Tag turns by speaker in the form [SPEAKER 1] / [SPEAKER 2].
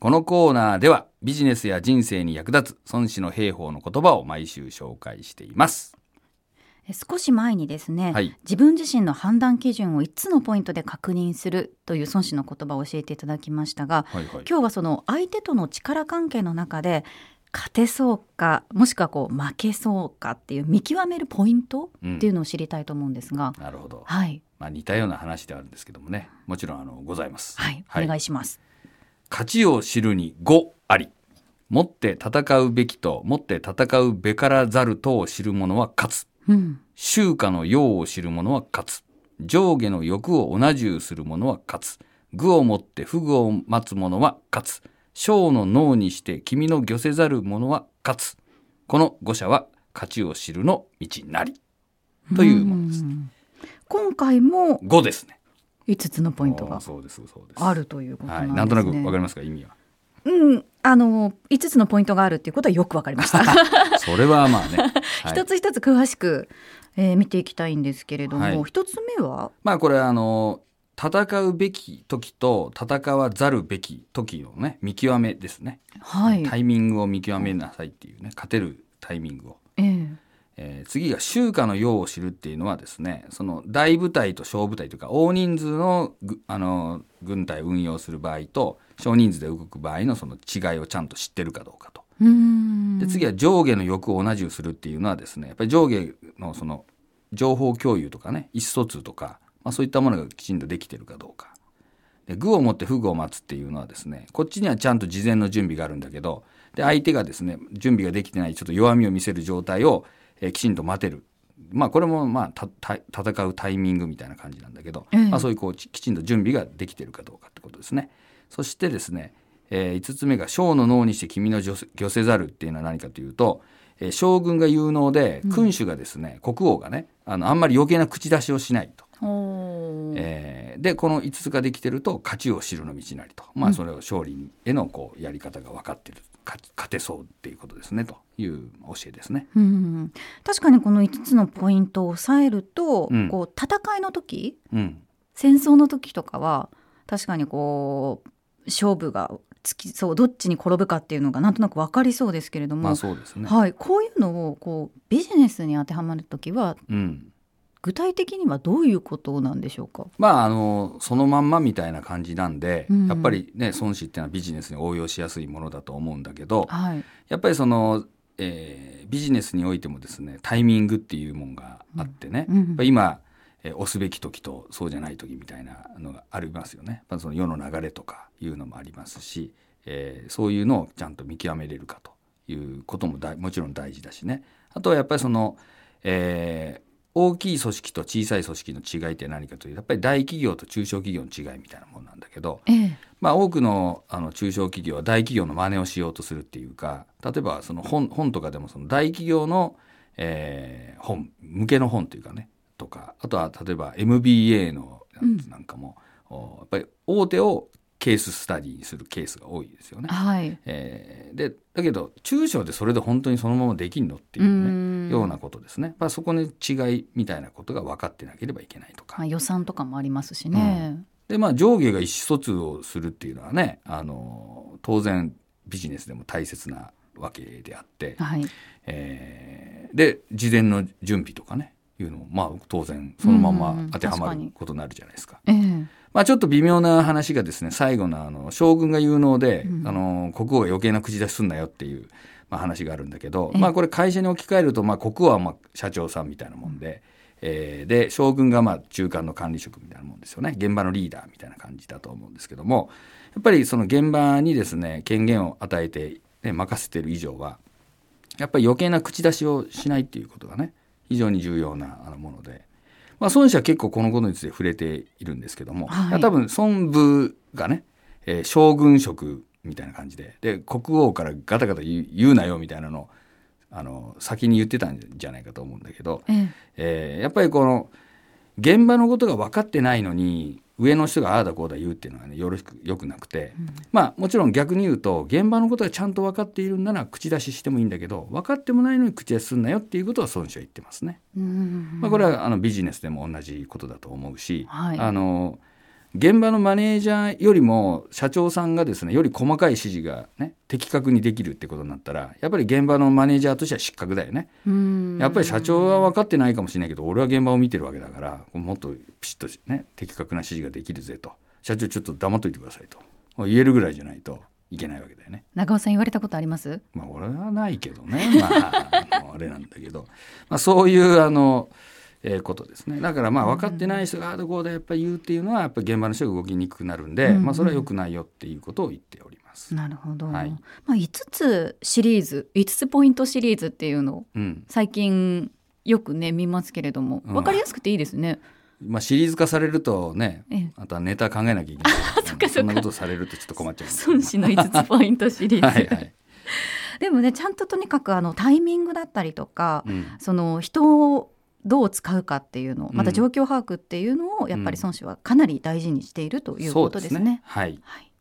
[SPEAKER 1] このコーナーではビジネスや人生に役立つ孫子の兵法の言葉を毎週紹介しています。
[SPEAKER 2] え少し前にですね、
[SPEAKER 1] はい
[SPEAKER 2] 自分自身の判断基準を5つのポイントで確認するという孫子の言葉を教えていただきましたが
[SPEAKER 1] はいはい。
[SPEAKER 2] 今日はその相手との力関係の中で勝てそうかもしくはこう負けそうかっていう見極めるポイント
[SPEAKER 1] うん
[SPEAKER 2] っていうのを知りたいと思うんですが、
[SPEAKER 1] なるほど。
[SPEAKER 2] はい
[SPEAKER 1] まあ似たような話ではあるんですけどもね。もちろんあのございます。
[SPEAKER 2] はい、
[SPEAKER 1] はい
[SPEAKER 2] お願いします。
[SPEAKER 1] 勝ちを知るに五あり。持って戦うべきと持って戦うべからざるとを知る者は勝つ。
[SPEAKER 2] うん、
[SPEAKER 1] 周家の用を知る者は勝つ。上下の欲を同じゅうする者は勝つ。具を持って不具を待つ者は勝つ。小の脳にして君の御せざる者は勝つ。この五者は勝ちを知るの道なり。というものです。
[SPEAKER 2] ん今回も
[SPEAKER 1] 五ですね。
[SPEAKER 2] 5つのポイント
[SPEAKER 1] あ
[SPEAKER 2] が
[SPEAKER 1] ーそうです、そうです。
[SPEAKER 2] あるということな
[SPEAKER 1] は
[SPEAKER 2] ん
[SPEAKER 1] い、
[SPEAKER 2] ですね。
[SPEAKER 1] なんとなくわかりますか、意味は。
[SPEAKER 2] うん、あの5つのポイントがあるっていうことはよくわかりました。
[SPEAKER 1] それは まあね。はい
[SPEAKER 2] 一つ一つ詳しく、えー見ていきたいんですけれども、
[SPEAKER 1] はい
[SPEAKER 2] 一つ目は、
[SPEAKER 1] まあこれはあの戦うべき時と戦わざるべき時のね見極めですね、
[SPEAKER 2] はい、
[SPEAKER 1] タイミングを見極めなさいっていうね勝てるタイミングを、
[SPEAKER 2] ええ
[SPEAKER 1] えー次が集荷の用を知るっていうのはですねその大部隊と小部隊というか大人数のぐあの軍隊を運用する場合と少人数で動く場合のその違いをちゃんと知ってるかどうかと。
[SPEAKER 2] うーん
[SPEAKER 1] で次は上下の欲を同じくするっていうのはですねやっぱり上下のその情報共有とかね意思疎通とか、まあ、そういったものがきちんとできてるかどうかで具を持って不具を待つっていうのはですねこっちにはちゃんと事前の準備があるんだけどで相手がですね準備ができてないちょっと弱みを見せる状態を、えーきちんと待てる。まあこれもまあたた戦うタイミングみたいな感じなんだけど、
[SPEAKER 2] ええ
[SPEAKER 1] まあ、そういうこうちきちんと準備ができてるかどうかってことですね。そしてですね、え5つ目が「将の脳にして君の御せ御せざる」っていうのは何かというと、えー将軍が有能で君主がですね、国王がねあのあんまり余計な口出しをしないと。
[SPEAKER 2] おー
[SPEAKER 1] えーでこの5つができてると勝ちを知るの道なりと、まあ、それを勝利へのこうやり方が分かってる勝勝てそうっていうことですねという教えですね。
[SPEAKER 2] うん、確かにこの5つのポイントを押さえると、
[SPEAKER 1] うん
[SPEAKER 2] こう戦いの時
[SPEAKER 1] うん、
[SPEAKER 2] 戦争の時とかは確かにこう勝負がつきそうどっちに転ぶかっていうのがなんとなくわかりそうですけれども、
[SPEAKER 1] まあそうですね、
[SPEAKER 2] はい、こういうのをこうビジネスに当てはまる時は
[SPEAKER 1] うん、
[SPEAKER 2] 具体的にはどういうことなんでしょうか
[SPEAKER 1] まあ、あのそのまんまみたいな感じなんで、
[SPEAKER 2] うん
[SPEAKER 1] やっぱりね孫子っていうのはビジネスに応用しやすいものだと思うんだけど
[SPEAKER 2] はい、
[SPEAKER 1] やっぱりその、えービジネスにおいてもですねタイミングっていうもんがあってね、
[SPEAKER 2] うんうん
[SPEAKER 1] やっぱり今、えー押すべき時とそうじゃない時みたいなのがありますよね。やっぱその世の流れとかいうのもありますし、えーそういうのをちゃんと見極めれるかということもだいもちろん大事だしね。あとはやっぱりその、えー大きい組織と小さい組織の違いって何かというとやっぱり大企業と中小企業の違いみたいなもんなんだけど、
[SPEAKER 2] ええ
[SPEAKER 1] まあ、多くのあの中小企業は大企業の真似をしようとするっていうか例えばその本本とかでもその大企業の、えー本向けの本というかねとかあとは例えば MBA のなんつ
[SPEAKER 2] うん
[SPEAKER 1] なんかも、おやっぱり大手をケーススタディにするケースが多いですよね。
[SPEAKER 2] はい。
[SPEAKER 1] えーでだけど中小でそれで本当にそのままできんのっていううね
[SPEAKER 2] ん
[SPEAKER 1] ようなことですね。まあ、そこに違いみたいなことが分かってなければいけないとか。
[SPEAKER 2] まあ予算とかもありますしね。
[SPEAKER 1] でまあ上下が意思疎通をするっていうのはねあの当然ビジネスでも大切なわけであって、
[SPEAKER 2] はい。
[SPEAKER 1] えーで事前の準備とかねいうのもまあ当然そのま
[SPEAKER 2] うんうんう
[SPEAKER 1] ま
[SPEAKER 2] ん
[SPEAKER 1] 当てはま
[SPEAKER 2] 確か
[SPEAKER 1] る
[SPEAKER 2] に
[SPEAKER 1] ことになるじゃないですか。
[SPEAKER 2] ええ。
[SPEAKER 1] まあちょっと微妙な話がですね最後のあの将軍が有能で、
[SPEAKER 2] うん
[SPEAKER 1] あの国王が余計な口出しすんなよっていう、まあ、話があるんだけど、
[SPEAKER 2] ええ
[SPEAKER 1] まあこれ会社に置き換えると、まあ、国王はまあ社長さんみたいなもんで、えーで将軍がまあ中間の管理職みたいなもんですよね現場のリーダーみたいな感じだと思うんですけどもやっぱりその現場にですね権限を与えて、ね、任せてる以上はやっぱり余計な口出しをしないっていうことがね非常に重要なあのもので、まあ、孫子は結構このことについて触れているんですけども、
[SPEAKER 2] はい
[SPEAKER 1] や多分孫武がね、えー将軍職みたいな感じでで国王からガタガタ言う言うなよみたいなのをあの先に言ってたんじゃないかと思うんだけど、
[SPEAKER 2] ええ。
[SPEAKER 1] えーやっぱりこの現場のことが分かってないのに上の人がああだこうだ言うっていうのはねよろしくよくなくて、まあもちろん逆に言うと現場のことがちゃんと分かっているんなら口出ししてもいいんだけど分かってもないのに口出しすんなよっていうことは孫子は言ってますね。
[SPEAKER 2] うん
[SPEAKER 1] まあ、これはあのビジネスでも同じことだと思うし、
[SPEAKER 2] はい
[SPEAKER 1] あの現場のマネージャーよりも社長さんがですねより細かい指示が、ね、的確にできるってことになったらやっぱり現場のマネージャーとしては失格だよね。
[SPEAKER 2] うん
[SPEAKER 1] やっぱり社長は分かってないかもしれないけど俺は現場を見てるわけだからもっとピシッとしね的確な指示ができるぜと社長ちょっと黙っといてくださいと言えるぐらいじゃないといけないわけだよね。
[SPEAKER 2] 長尾さん言われたことあります
[SPEAKER 1] まあ俺はないけど ね、まあ、あのあれなんだけど、まあ、そういうあの、えーことですねだからまあ分かってない人がああだこうだやっぱり言うっていうのはやっぱり現場の人が動きにくくなるんで、
[SPEAKER 2] うん
[SPEAKER 1] まあ、それは良くないよっていうことを言っております。
[SPEAKER 2] なるほど、
[SPEAKER 1] はい
[SPEAKER 2] まあ、5つシリーズ5つポイントシリーズっていうのを
[SPEAKER 1] うん
[SPEAKER 2] 最近よくね見ますけれども
[SPEAKER 1] うん
[SPEAKER 2] 分かりやすくていいですね。
[SPEAKER 1] まあ、シリーズ化されるとね
[SPEAKER 2] え え
[SPEAKER 1] あとはネタ考えなきゃいけない
[SPEAKER 2] そっかそっか
[SPEAKER 1] んなことされるとちょっと困っちゃいますけど
[SPEAKER 2] 孫子の5つポイントシリーズ、
[SPEAKER 1] はいはい、
[SPEAKER 2] でもねちゃんととにかくあのタイミングだったりとか、
[SPEAKER 1] うん
[SPEAKER 2] その人をどう使うかっていうのまた
[SPEAKER 1] うん
[SPEAKER 2] 状況把握っていうのをやっぱり孫子はかなり大事にしているという
[SPEAKER 1] そ
[SPEAKER 2] こ
[SPEAKER 1] う
[SPEAKER 2] とですね。
[SPEAKER 1] はい
[SPEAKER 2] はい